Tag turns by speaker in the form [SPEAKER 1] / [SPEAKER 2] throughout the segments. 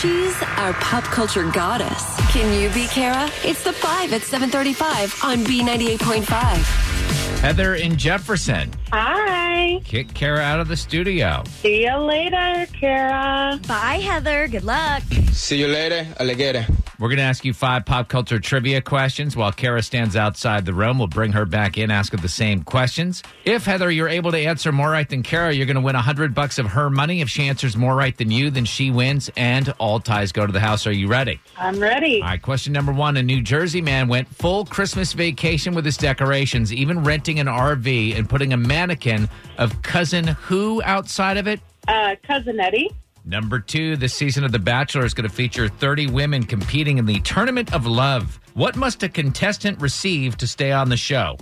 [SPEAKER 1] She's our pop culture goddess. Can you be Kara? It's the five at 735 on B98.5.
[SPEAKER 2] Heather in Jefferson.
[SPEAKER 3] Hi.
[SPEAKER 2] Kick Kara out of the studio.
[SPEAKER 3] See you later, Kara.
[SPEAKER 4] Bye, Heather. Good luck.
[SPEAKER 5] See you later, alligator.
[SPEAKER 2] We're going to ask you five pop culture trivia questions. While Kara stands outside the room, we'll bring her back in, ask her the same questions. If Heather, you're able to answer more right than Kara, you're going to win 100 bucks of her money. If she answers more right than you, then she wins, and all ties go to the house. Are you ready?
[SPEAKER 3] I'm ready.
[SPEAKER 2] All right, question number one. A New Jersey man went full Christmas vacation with his decorations, even renting an RV and putting a mannequin of cousin who outside of it?
[SPEAKER 3] Uh, Cousin Eddie.
[SPEAKER 2] Number two, this season of The Bachelor is going to feature 30 women competing in the Tournament of Love. What must a contestant receive to stay on the show?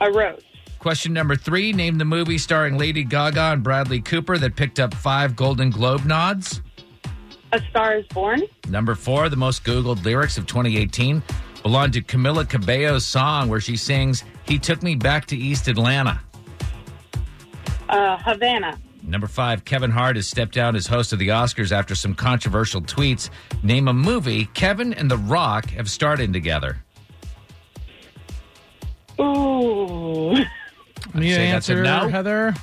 [SPEAKER 3] A rose.
[SPEAKER 2] Question number three Name the movie starring Lady Gaga and Bradley Cooper that picked up five Golden Globe nods.
[SPEAKER 3] A star is born.
[SPEAKER 2] Number four, the most Googled lyrics of 2018 belong to Camila Cabello's song where she sings, He Took Me Back to East Atlanta.
[SPEAKER 3] Uh, Havana.
[SPEAKER 2] Number five, Kevin Hart has stepped down as host of the Oscars after some controversial tweets. Name a movie Kevin and The Rock have starred in together.
[SPEAKER 3] Ooh.
[SPEAKER 6] Me
[SPEAKER 2] say that's a
[SPEAKER 6] answer,
[SPEAKER 2] no?
[SPEAKER 6] Heather.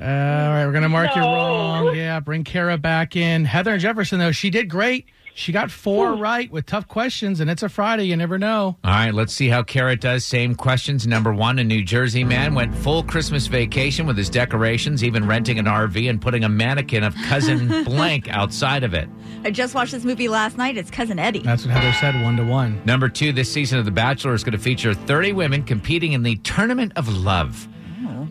[SPEAKER 6] Uh, all right, we're gonna mark you
[SPEAKER 3] No.
[SPEAKER 6] wrong. Yeah, bring Kara back in. Heather and Jefferson, though, she did great. She got four right with tough questions, and it's a Friday. You never know.
[SPEAKER 2] All right, let's see how Kara does. Same questions. Number one, a New Jersey man went full Christmas vacation with his decorations, even renting an RV and putting a mannequin of cousin blank outside of it.
[SPEAKER 4] I just watched this movie last night. It's Cousin Eddie.
[SPEAKER 6] That's what Heather said, one to one.
[SPEAKER 2] Number two, this season of The Bachelor is going to feature 30 women competing in the Tournament of Love.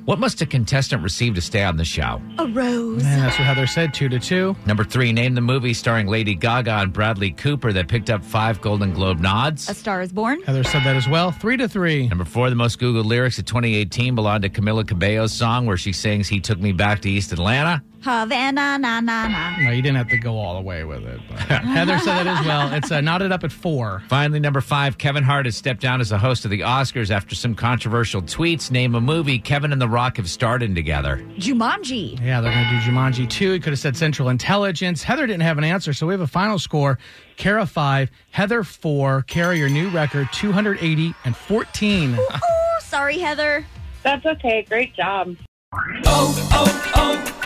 [SPEAKER 2] What must a contestant receive to stay on the show?
[SPEAKER 4] A rose.
[SPEAKER 6] And that's what Heather said, two to two.
[SPEAKER 2] Number three, name the movie starring Lady Gaga and Bradley Cooper that picked up five Golden Globe
[SPEAKER 4] A
[SPEAKER 2] nods.
[SPEAKER 4] Star is Born.
[SPEAKER 6] Heather said that as well, three to three.
[SPEAKER 2] Number four, the most Googled lyrics of 2018 belong to Camila Cabello's song where she sings, He Took Me Back to East Atlanta.
[SPEAKER 4] Havana, na, na, na.
[SPEAKER 6] No, you didn't have to go all the way with it. But Heather said that as well. It's uh, knotted up at four.
[SPEAKER 2] Finally, number five, Kevin Hart has stepped down as the host of the Oscars after some controversial tweets. Name a movie Kevin and The Rock have starred in together.
[SPEAKER 4] Jumanji.
[SPEAKER 6] Yeah, they're going to do Jumanji 2. He could have said Central Intelligence. Heather didn't have an answer, so we have a final score. Kara 5, Heather 4. Kara, your new record, 280 and 14.
[SPEAKER 4] Oh, sorry, Heather.
[SPEAKER 3] That's okay. Great job.